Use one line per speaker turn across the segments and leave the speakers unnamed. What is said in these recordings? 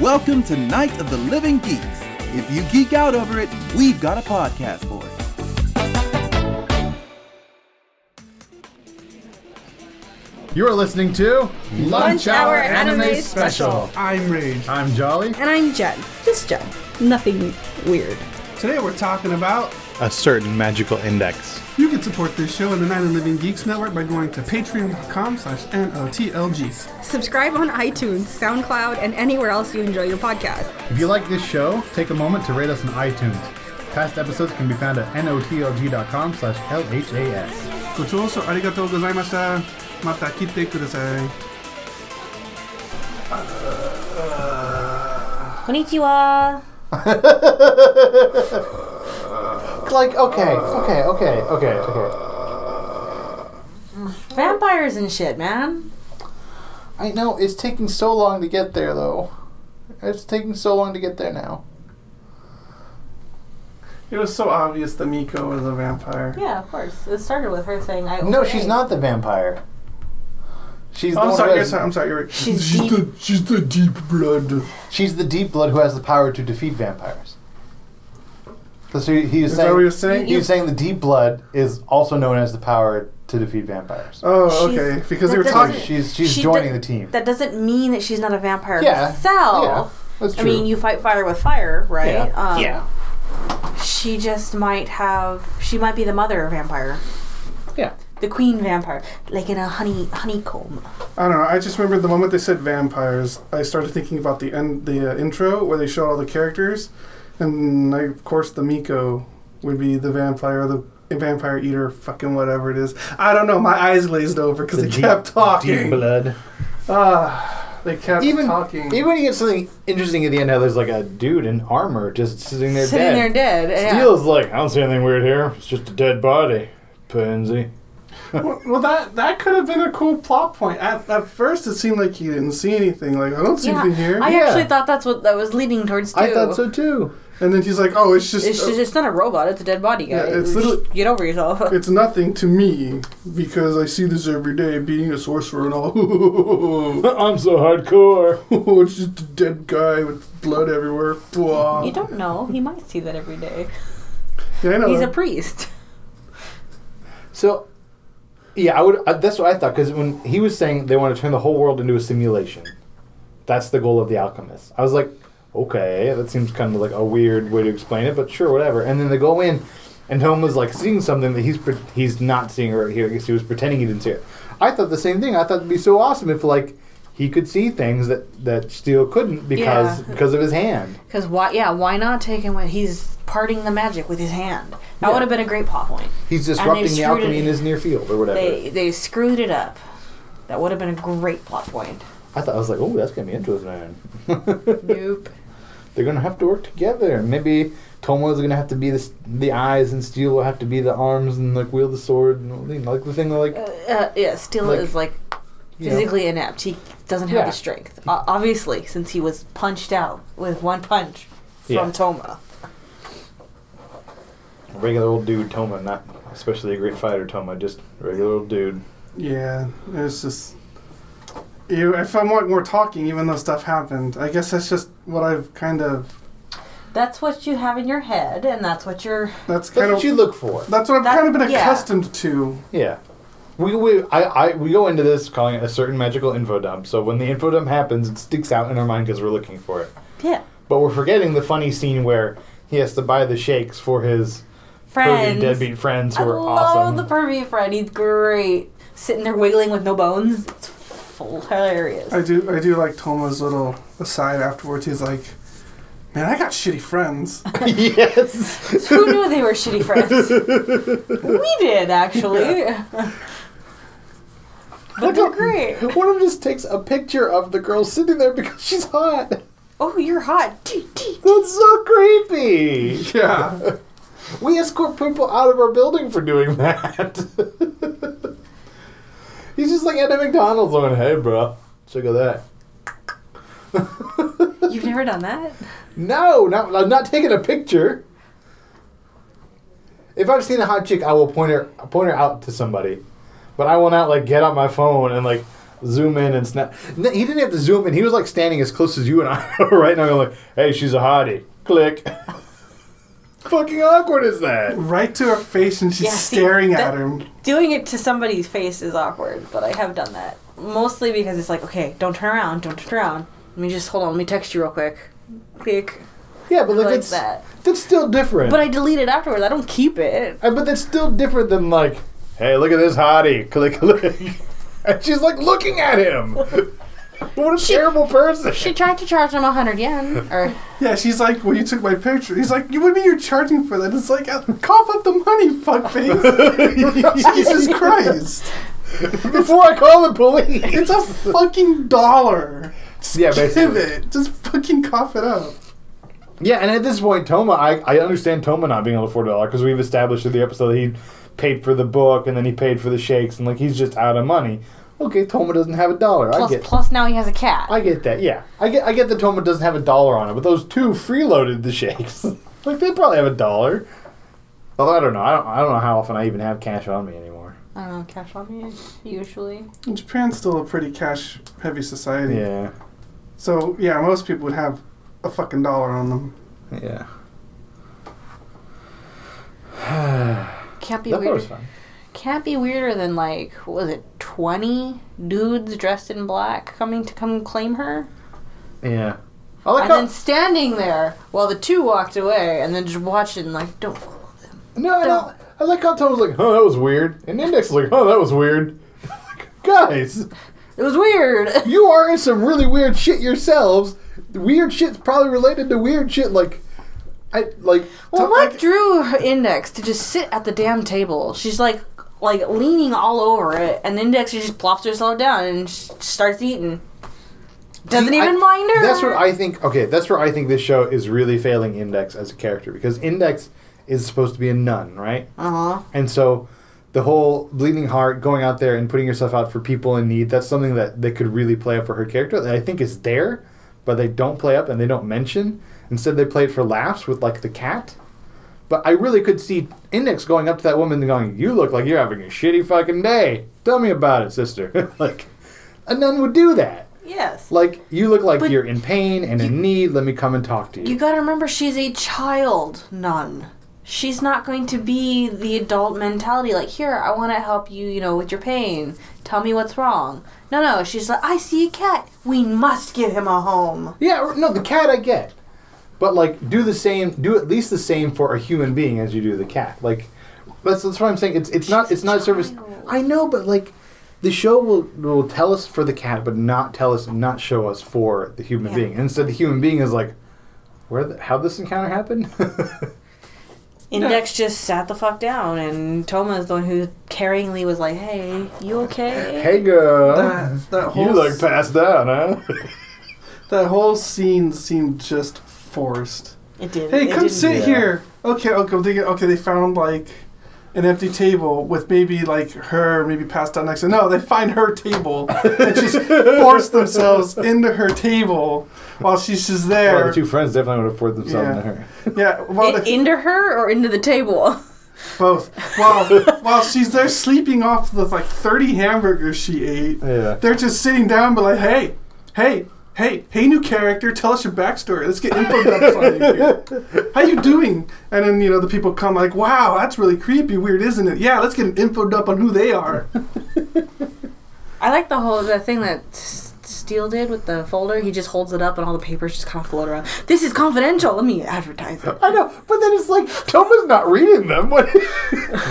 Welcome to Night of the Living Geeks. If you geek out over it, we've got a podcast for it.
You are listening to Lunch,
Hour Anime Special.
I'm Rage.
I'm Jolly.
And I'm Jen. Just Jen. Nothing weird.
Today we're talking about
a certain magical index.
you can support this show and the Night of Living Geeks Network by going to patreon.com slash NLTLGs.
Subscribe on iTunes, SoundCloud, and anywhere else you enjoy your podcast.
If you like this show, take a moment to rate us on iTunes. Past episodes can be found at notlg.com slash lhas.
Gochoso arigatou gozaimashita. Mata kite kudasai.
Konnichiwa.
Like, okay, okay, okay, okay, okay.
Vampires and shit, man.
I know, it's taking so long to get there, though. It's taking so long to get there now.
It was so obvious that Miko was a vampire.
Yeah, of course. It started with her saying, "I."
No, she's not the vampire. She's the
Oh, I'm
one
sorry,
who
you're
has-
sorry, I'm sorry, you're right.
She's deep.
she's the deep blood. She's the deep blood who has the power to defeat vampires. That's what he- he was
Is
saying.
that what you're saying?
He was saying the deep blood is also known as the power to defeat vampires.
Oh,
She's-
okay. Because they
that
were
doesn't-
talking.
She's she's
She
joining
do-
the team.
That doesn't mean that she's not a vampire
Yeah,
herself.
yeah, that's
I mean,
true.
you fight fire with fire, right?
Yeah.
Um, She just might have. She might be the mother vampire,
yeah.
the queen vampire, like in a honey honeycomb.
I don't know. I just remember the moment they said vampires, I started thinking about the end, the uh, intro where they show all the characters, and I, of course the Miko would be the vampire, the vampire eater, fucking whatever it is. I don't know. My eyes glazed over because they kept
Deep
talking.
blood.
Ah, they kept
Even
talking.
even when you get something interesting at the end, how there's like a dude in armor just sitting there
Sitting there
dead.
dead. yeah.
Steele's like, I don't see anything weird here. It's just a dead body. Pansy.
well, well, that that could have been a cool plot point. At, at first, it seemed like you didn't see anything. Like I don't see
Yeah,
anything here.
I
Yeah.
actually thought that's what that was leading towards too.
I thought so too.
and then he's like, "Oh, it's just
It's,
uh,
just, it's not a robot. It's a dead body,
Yeah,
guy.
it's literally-
Get over yourself.
It's nothing to me because I see this every day, being a sorcerer and all.
I'm so hardcore.
Oh, it's just a dead guy with blood everywhere. Blah.
You don't know. He might see that every day.
Yeah, I know.
He's a priest.
So, yeah, I would. Uh, that's what I thought because when he was saying they want to turn the whole world into a simulation, that's the goal of the alchemist. I was like, okay, that seems kind of like a weird way to explain it, but sure, whatever. And then they go in, and Homa's like seeing something that he's pre- he's not seeing right here because he was pretending he didn't see it. I thought the same thing. I thought it'd be so awesome if like. He could see things that that Steele couldn't because
Yeah.
because of his hand.
Because why? Yeah, why not take him when he's parting the magic with his hand? That
Yeah.
would have been a great plot point.
He's
they
disrupting the
screwed
alchemy
it.
in his near field or whatever.
They they screwed it up. That would have been a great plot point.
I thought I was like, oh, that's gonna be interesting.
Nope.
They're gonna have to work together. Maybe Tomo's gonna have to be the, s- the eyes, and Steel will have to be the arms, and like wield the sword, and you know, like the thing like
Uh, yeah, Steele
Like,
is like
you know.
physically inept. He doesn't have
Yeah.
the strength. O- obviously, since he was punched out with one punch from
Yeah.
Toma.
regular old dude Toma, not especially a great fighter Toma, just regular old dude.
yeah, it's just. You, if I want more talking, even though stuff happened, I guess that's just what I've kind of.
That's what you have in your head, and that's what you're.
That's
That's
kind
what
of.
you look for.
that's what I've
That-
kind of been
yeah.
accustomed to.
Yeah. We, we I, I we go into this calling it a certain magical info dump. So when the info dump happens, it sticks out in our mind because we're looking for it.
Yeah.
But we're forgetting the funny scene where he has to buy the shakes for his
Friends.
pervy deadbeat friends who
I
are
love
awesome.
the pervy friend. He's great. Sitting there wiggling with no bones. It's hilarious.
I do. I do like Toma's little aside afterwards. He's like, "Man, I got shitty friends."
yes.
Who knew they were shitty friends? we did, actually. but they're great.
One of them just takes a picture of the girl sitting there because she's hot.
Oh, you're hot. Tee, tee.
That's so creepy.
yeah.
We escort people out of our building for doing that. He's just like at a McDonald's going, hey, bro, check out that.
You've never done that?
No, not, I'm not taking a picture. If I've seen a hot chick, I will point her point her out to somebody, but I will not like get on my phone and like zoom in and snap. No, He didn't have to zoom in. He was like standing as close as you and I are right now. Going like, hey, she's a hottie. Click. Fucking awkward is that?
Right to her face, and she's
Yeah, see,
staring at
that-
him.
Doing it to somebody's face is awkward, but I have done that. Mostly because it's like, okay, don't turn around, don't turn around. Let me just hold on, let me text you real quick. Click.
Yeah, but like,
Like
that's
that.
that's still different.
But I delete it afterwards. I don't keep it.
Uh, but that's still different than like, hey, look at this hottie. Click, click. and she's like looking at him. what a terrible person.
She tried to charge him 100 yen. Or,
Yeah, she's like, "Well, you took my picture." He's like, "You would be you're charging for that." It's like, uh, "Cough up the money, fuckface!" Jesus Christ,
Before I call the police.
it's a fucking dollar. Just
Yeah,
give
basically.
it. Just fucking cough it up.
Yeah, and at this point, Toma, I, I understand Toma not being able to afford a dollar because we've established in the episode that he paid for the book and then he paid for the shakes and like he's just out of money. Okay, Toma doesn't have a dollar. I
plus,
get,
plus now he has a cat.
I get that. Yeah, I get, I get that Toma doesn't have a dollar on it, but those two freeloaded the shakes. like they probably have a dollar. Although I don't know, I don't, I don't know how often I even have cash on me anymore.
I don't know, cash on me, usually.
Japan's still a pretty cash-heavy society.
Yeah,
So yeah, most people would have a fucking dollar on them.
yeah.
Can't be
That part
weird.
was fun.
can't be weirder than like what was it 20 dudes dressed in black coming to come claim her
Yeah. I like
and
how-
then standing there while the two walked away and then just watching like don't follow them
No, no. I like how Tom was like, "Oh, that was weird," and Index was like, "Oh, that was weird." Guys,
it was weird
you are in some really weird shit yourselves. Weird shit's probably related to weird shit. Like, I like.
well
Tom-
what drew her index to just sit at the damn table she's like like leaning all over it and index just plops herself down and sh- starts eating doesn't
See, I-
even mind her
That's what I think. Okay, that's where I think this show is really failing Index as a character because Index is supposed to be a nun, right?
uh-huh
And so the whole bleeding heart, going out there and putting yourself out for people in need, that's something that they could really play up for her character that I think is there, but they don't play up and they don't mention. Instead, they play it for laughs with like the cat. But I really could see Index going up to that woman and going, You look like you're having a shitty fucking day. Tell me about it, sister. like, a nun would do that.
yes
Like, you look like
But
you're in pain and in need. Let me come and talk to you.
You gotta remember, she's a child nun. She's not going to be the adult mentality, like, here, I wanna help you, you know, with your pain. Tell me what's wrong. No, no, she's like, I see a cat. We must give him a home.
Yeah, or- no, the cat I get. But like do the same do at least the same for a human being as you do the cat. Like that's that's what I'm saying. It's it's not it's not service I know, but like the show will will tell us for the cat but not tell us not show us for the human
Yeah.
being. And instead the human being is like where the, how this encounter happened?
Index just sat the fuck down, and Toma is the one who caringly was like, hey, you okay?
hey girl.
That, that whole
Oh. you
s-
look passed out, huh?
that whole scene seemed just forced.
It did.
Hey,
it
come
didn't-
sit
Yeah.
here. Okay, okay, they, okay. They found like an empty table with maybe like her, maybe passed out next to. No, they find her table and just force themselves into her table while she's just
well,
there.
the two friends definitely would afford themselves
Yeah.
to her.
yeah, while
In-
the,
into her or into the table?
both while while she's there sleeping off the like thirty hamburgers she ate.
Yeah.
They're just sitting down, but like, hey, hey. Hey, hey, new character! Tell us your backstory. Let's get info dumps on you. Here. How you doing? And then you know the people come like, "Wow, that's really creepy, weird, isn't it?" Yeah, let's get an info dump on who they are.
I like the whole the thing that S- Steele did with the folder. He just holds it up and all the papers just kind of float around. This is confidential. Let me advertise it.
I know, but then it's like Toma's not reading them. What?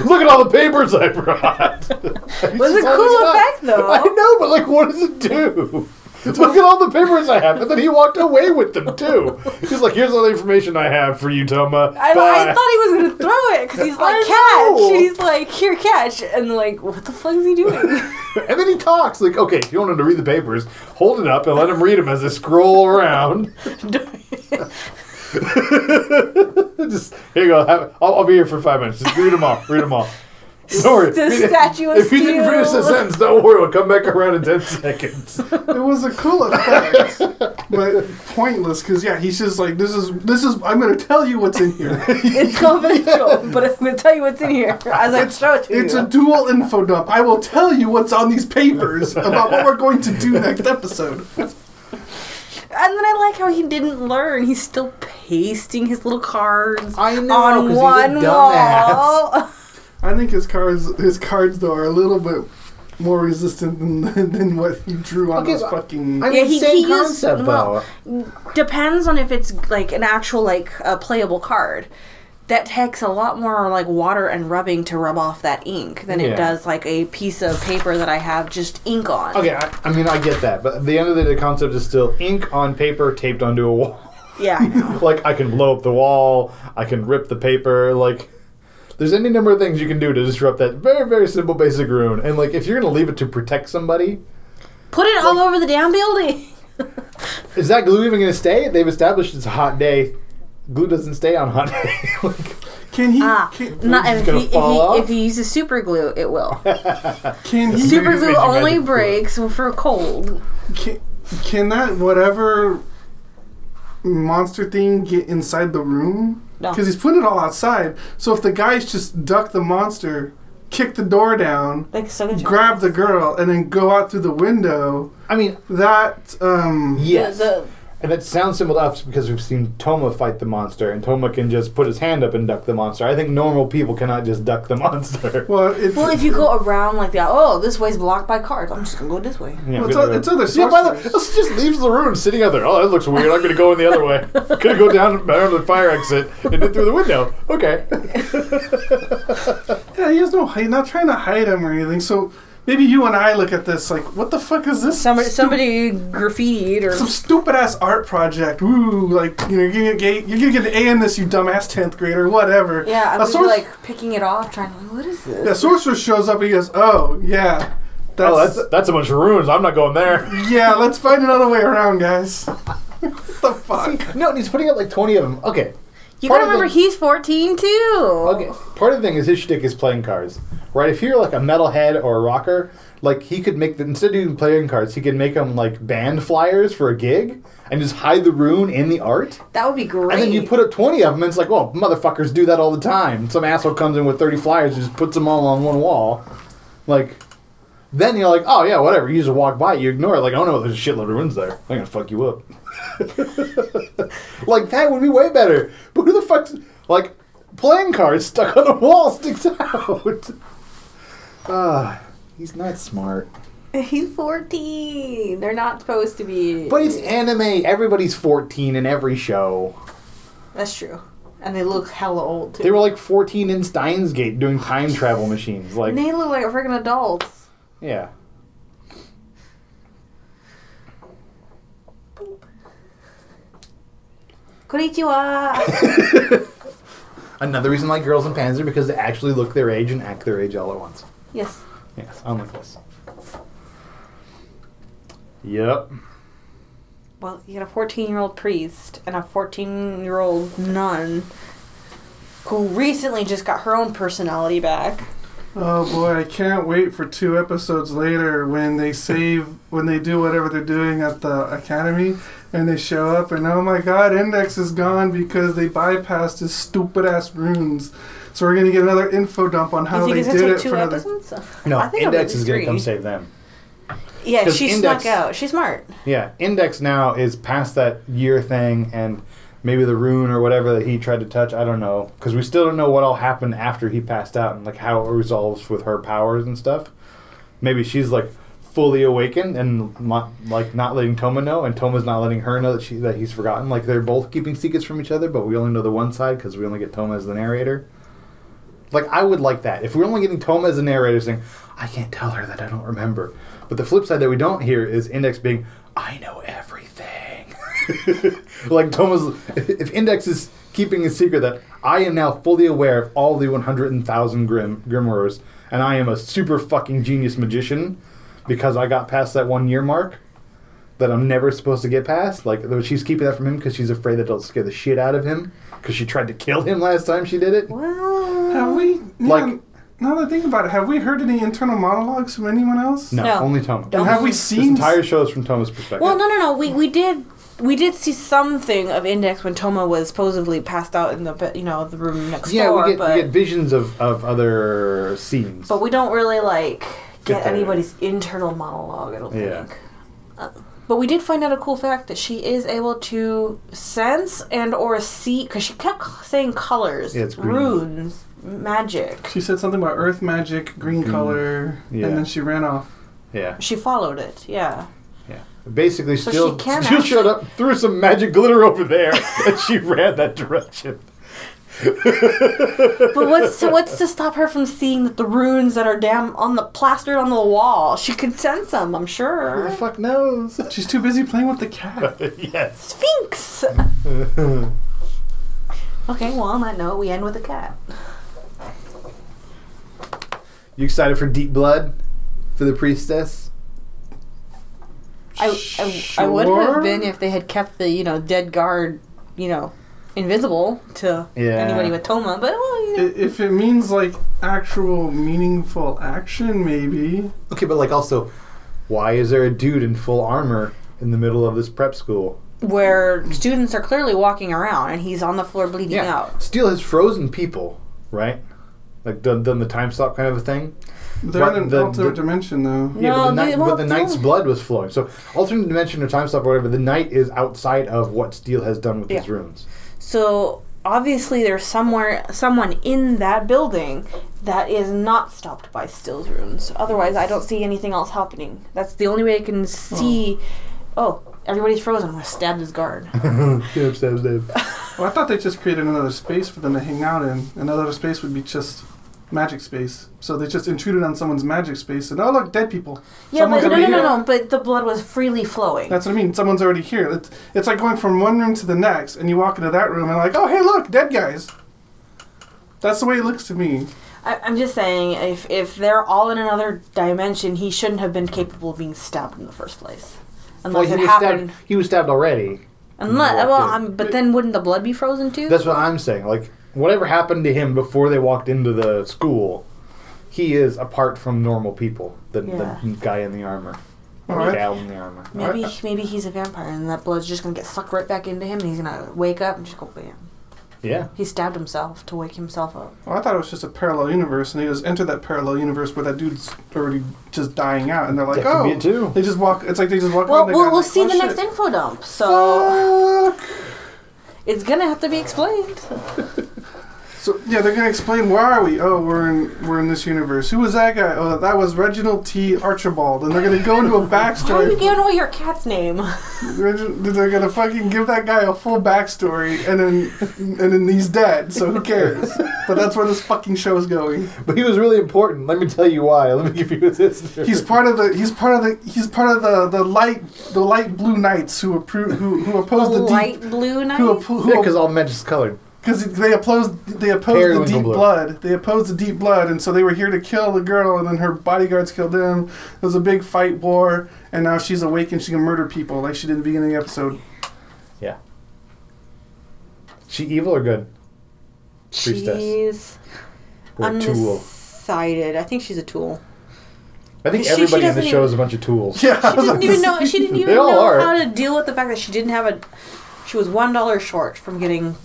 Look at all the papers I brought.
was a
It's all
cool
this stuff.
effect, though.
I know, but like, what does it do? Look at all the papers I have, and then he walked away with them too. He's like, "Here's all the information I have for you, Toma."
I,
Bye."
I thought he was gonna throw it because he's like
I know.
catch, and he's like here catch, and like what the fuck is he doing?
and then he talks like, "Okay, if you want him to read the papers, hold it up and let him read them as they scroll around." Just here you go. Have, I'll, I'll be here for five minutes. Just read them all. Read them all. Don't worry.
The statue of
If you didn't finish the
steel.
sentence, don't worry. We'll come back around in ten seconds.
It was a cool effect, but pointless because yeah, he's just like this is this is I'm gonna tell you what's in here.
It's confidential, but I'm going to tell you what's in here as I show it to
It's
you.
a dual info dump. I will tell you what's on these papers about what we're going to do next episode.
and then I like how he didn't learn. He's still pasting his little cards
I
on one wall.
I think his cards his cards though are a little bit more resistant than than what he drew on
Okay,
those
but
fucking.
I mean,
Yeah, he-
same
he used-
concept though.
well, Depends on if it's like an actual like a playable card. That takes a lot more like water and rubbing to rub off that ink than
Yeah.
it does like a piece of paper that I have just ink on.
Okay, I, I mean, I get that, but at the end of the day, the concept is still ink on paper taped onto a wall.
Yeah, I know.
like, I can blow up the wall, I can rip the paper, like. There's any number of things you can do to disrupt that very, very simple basic rune. And, like, if you're going to leave it to protect somebody,
Put it all over the damn building.
is that glue even going to stay? They've established it's a hot day. Glue doesn't stay on hot day. like,
Can he?
Ah,
Can,
not
It's
if
gonna
he, if,
fall
he,
off?
if he uses super glue, it will.
can he?
super
Maybe
glue
it's magic
only
glue.
breaks for cold.
Can, can that whatever monster thing get inside the room?
No.
Because he's putting it all outside. So if the guys just duck the monster, kick the door down,
Like so good.
grab the girl, and then go out through the window,
I mean,
that um,
yes.
The,
And it sounds simple to us because we've seen Toma fight the monster, and Toma can just put his hand up and duck the monster. I think normal people cannot just duck the monster.
well, it's
well, if you go around like that, oh, this way's blocked by cards. I'm just gonna go this way.
Yeah,
well, it's,
good
o-
room.
it's other
Yeah, by the
sorcerers.
this just leaves the room sitting out there. Oh, that looks weird. I'm going to go in the other way. Going to go down down to the fire exit and then through the window. Okay.
yeah, he has no hide. Not trying to hide him or anything. So maybe you and I look at this like, what the fuck is this?
Somebody,
stu-
somebody graffitied or
Some stupid ass art project. Woo! Like you know, you're gonna get you're gonna get an A in this, you dumbass tenth grader. Whatever.
yeah, I'm
A
gonna be
sorc-
like picking it off, trying to like, what is this?
Yeah, sorcerer shows up and he goes, "Oh yeah, that's,
Oh, that's that's a bunch of runes. I'm not going there.
yeah. Let's find another way around, guys." what the fuck?
No, and he's putting up like 20 of them. Okay.
You
Part
gotta
of the-
remember, he's 14 too.
Okay. Part of the thing is his shtick is playing cards, right? If you're like a metalhead or a rocker, like he could make the, instead of doing playing cards, he could make them like band flyers for a gig and just hide the rune in the art.
That would be great.
And then you put up 20 of them, and it's like, well, motherfuckers do that all the time. Some asshole comes in with 30 flyers and just puts them all on one wall. Like, then you're like, oh, yeah, whatever. You just walk by, you ignore it. Like, oh, no, there's a shitload of runes there. I'm going to fuck you up. like, that would be way better. But who the fuck's. Like, playing cards stuck on a wall sticks out. Ah, he's not smart.
he's 14. They're not supposed to be.
But it's anime. Everybody's 14 in every show.
That's true. And they look hella old too.
They were like 14 in Steins Gate doing time travel machines. Like,
They look like freaking adults.
Yeah.
Konnichiwa.
Another reason like girls in pants are because they actually look their age and act their age all at once.
yes.
Yes, unlike this. Yep.
Well, you got a 14 year old priest and a 14 year old nun who recently just got her own personality back.
Oh boy, I can't wait for two episodes later when they save when they do whatever they're doing at the academy and they show up and oh my god, Index is gone because they bypassed his stupid ass runes. So we're gonna get another info dump on how
you
they
think
did
it's gonna
it
take two
for another.
episodes?
No,
I think
Index
I'll
is going to
agree.
come save them.
Yeah,
'Cause
she
Index-
snuck out. She's smart.
Yeah, Index now is past that year thing and maybe the rune or whatever that he tried to touch. I don't know. Because we still don't know what all happened after he passed out and like how it resolves with her powers and stuff. Maybe she's like fully awakened and not, like not letting Toma know, and Toma's not letting her know that she that he's forgotten. Like they're both keeping secrets from each other, but we only know the one side because we only get Toma as the narrator. Like I would like that if we're only getting Toma as a narrator saying, "I can't tell her that I don't remember." But the flip side that we don't hear is Index being, "I know everything." like Toma's, if Index is keeping a secret that I am now fully aware of all the 100,000 grim grimoires, and I am a super fucking genius magician because I got past that one year mark that I'm never supposed to get past. Like though she's keeping that from him because she's afraid that it'll scare the shit out of him because she tried to kill him last time she did it.
Well,
Have we
Like
Now that I think about it, have we heard any internal monologues from anyone else?
No,
No.
only Toma.
And have we
This
seen?
entire show is from Toma's perspective.
Well, no, no, no. We we did we did see something of Index when Toma was supposedly passed out in the be- you know the room next
yeah,
door,
we get,
but
we get visions of, of other scenes.
but we don't really like
Get
get
that.
anybody's internal monologue. I don't
Yeah.
think. Uh, But we did find out a cool fact that she is able to sense and or see because she kept saying colors,
Yeah, it's green.
runes, magic.
She said something about earth magic, green color,
Yeah.
and then she ran off.
yeah,
She followed it. Yeah.
basically,
So
still,
she can
still
actually-
showed up, threw some magic glitter over there, and she ran that direction.
But what's to, what's to stop her from seeing that the runes that are damn on the plastered on the wall? She could sense them,
Who
I'm
the
sure.
fuck knows?
She's too busy playing with the cat.
yes.
Sphinx. okay, well on that note, we end with a cat.
You excited for Deep Blood for the priestess?
I, I, I would
Sure.
have been if they had kept the you know dead guard you know invisible to
Yeah.
anybody with Toma, but well, you
I-
know.
if it means like actual meaningful action, maybe.
Okay, but like also, why is there a dude in full armor in the middle of this prep school?
where students are clearly walking around and he's on the floor bleeding out.
Steel has frozen people, right? Like done, done the time stop kind of a thing.
They're
But
in an
the-
alternate
the-
dimension
yeah,
though.
but the,
No,
night,
they-
but
well,
the knight's
no.
blood was flowing. So alternate dimension or time stop or whatever, the knight is outside of what Steel has done with his
Yeah.
runes.
So obviously there's somewhere someone in that building that is not stopped by Still's runes. Otherwise I don't see anything else happening. That's the only way I can see oh, everybody's frozen. I'm gonna stab this guard.
Stab, stab, stab.
Well, I thought they just created another space for them to hang out in. Another space would be just magic space. So they just intruded on someone's magic space and oh look, dead people.
yeah, but
Someone's
no no
already here.
no no, but the blood was freely flowing.
That's what I mean. Someone's already here. It's, it's like going from one room to the next, and you walk into that room and like, oh hey look, dead guys. That's the way it looks to me.
I, I'm just saying if if they're all in another dimension, he shouldn't have been capable of being stabbed in the first place.
Well,
Unless
he
it
was
happened
stabbed. He was stabbed already.
unless
Walked
well
in.
I'm, but then wouldn't the blood be frozen too?
That's what I'm saying. Like whatever happened to him before they walked into the school, he is apart from normal people. The, the
Yeah.
guy in the armor, the
All right.
gal in the armor.
Maybe maybe he's a vampire and that blood's just gonna get sucked right back into him and he's gonna wake up and just go bam.
Yeah.
He stabbed himself to wake himself up.
Well, Oh, I thought it was just a parallel universe, and they just enter that parallel universe where that dude's already just dying out, and they're like,
That could
oh,
be it too.
they just walk. It's like they just walk.
Well,
around, they
we'll,
got
we'll
like,
see
oh,
the
shit.
next info dump. So it's gonna have to be explained.
So yeah, they're gonna explain where are we? Oh, we're in we're in this universe. Who was that guy? Oh, that was Reginald T. Archibald, and they're gonna go into a
Why are you
backstory.
giving away your cat's name?
Reg- they're gonna fucking give that guy a full backstory, and then and then he's dead. So who cares? but that's where this fucking show is going.
But he was really important. Let me tell you why. Let me give you this.
He's part of the he's part of the he's part of the the light the light blue knights who approve who who oppose the,
Oh, Light
deep
blue knight.
who oppo- who
yeah, because all magic's colored.
Because they opposed, they opposed the
Periwinkle
deep
blue.
blood. They opposed the deep blood, and so they were here to kill the girl, and then her bodyguards killed them. It was a big fight war, and now she's awake and she can murder people like she did at the beginning of the episode.
Yeah. She evil or good? priestess.
She's
Or tool?
undecided. I think she's a tool.
I think
She- she
everybody in the
doesn't
show
even-
is a bunch of tools.
Yeah, I
She
was like,
didn't even know. She didn't even
all
know
are.
how to deal with the fact that she didn't have a. She was one dollar short from getting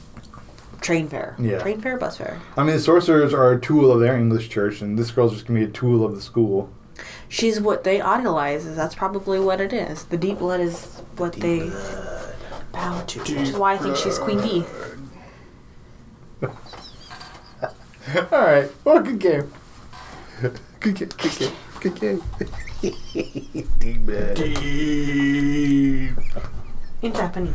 train fare.
Yeah.
Train fare, bus fare.
I mean, the sorcerers are a tool of their English church, and this girl's just gonna be a tool of the school.
She's what they idolize. Is that's probably what it is. The deep blood is what they bow to. Which is why I think she's Queen Bee.
All right. Well, good game. Good game. Good game. Good game. Deep blood.
deep,
in Japanese.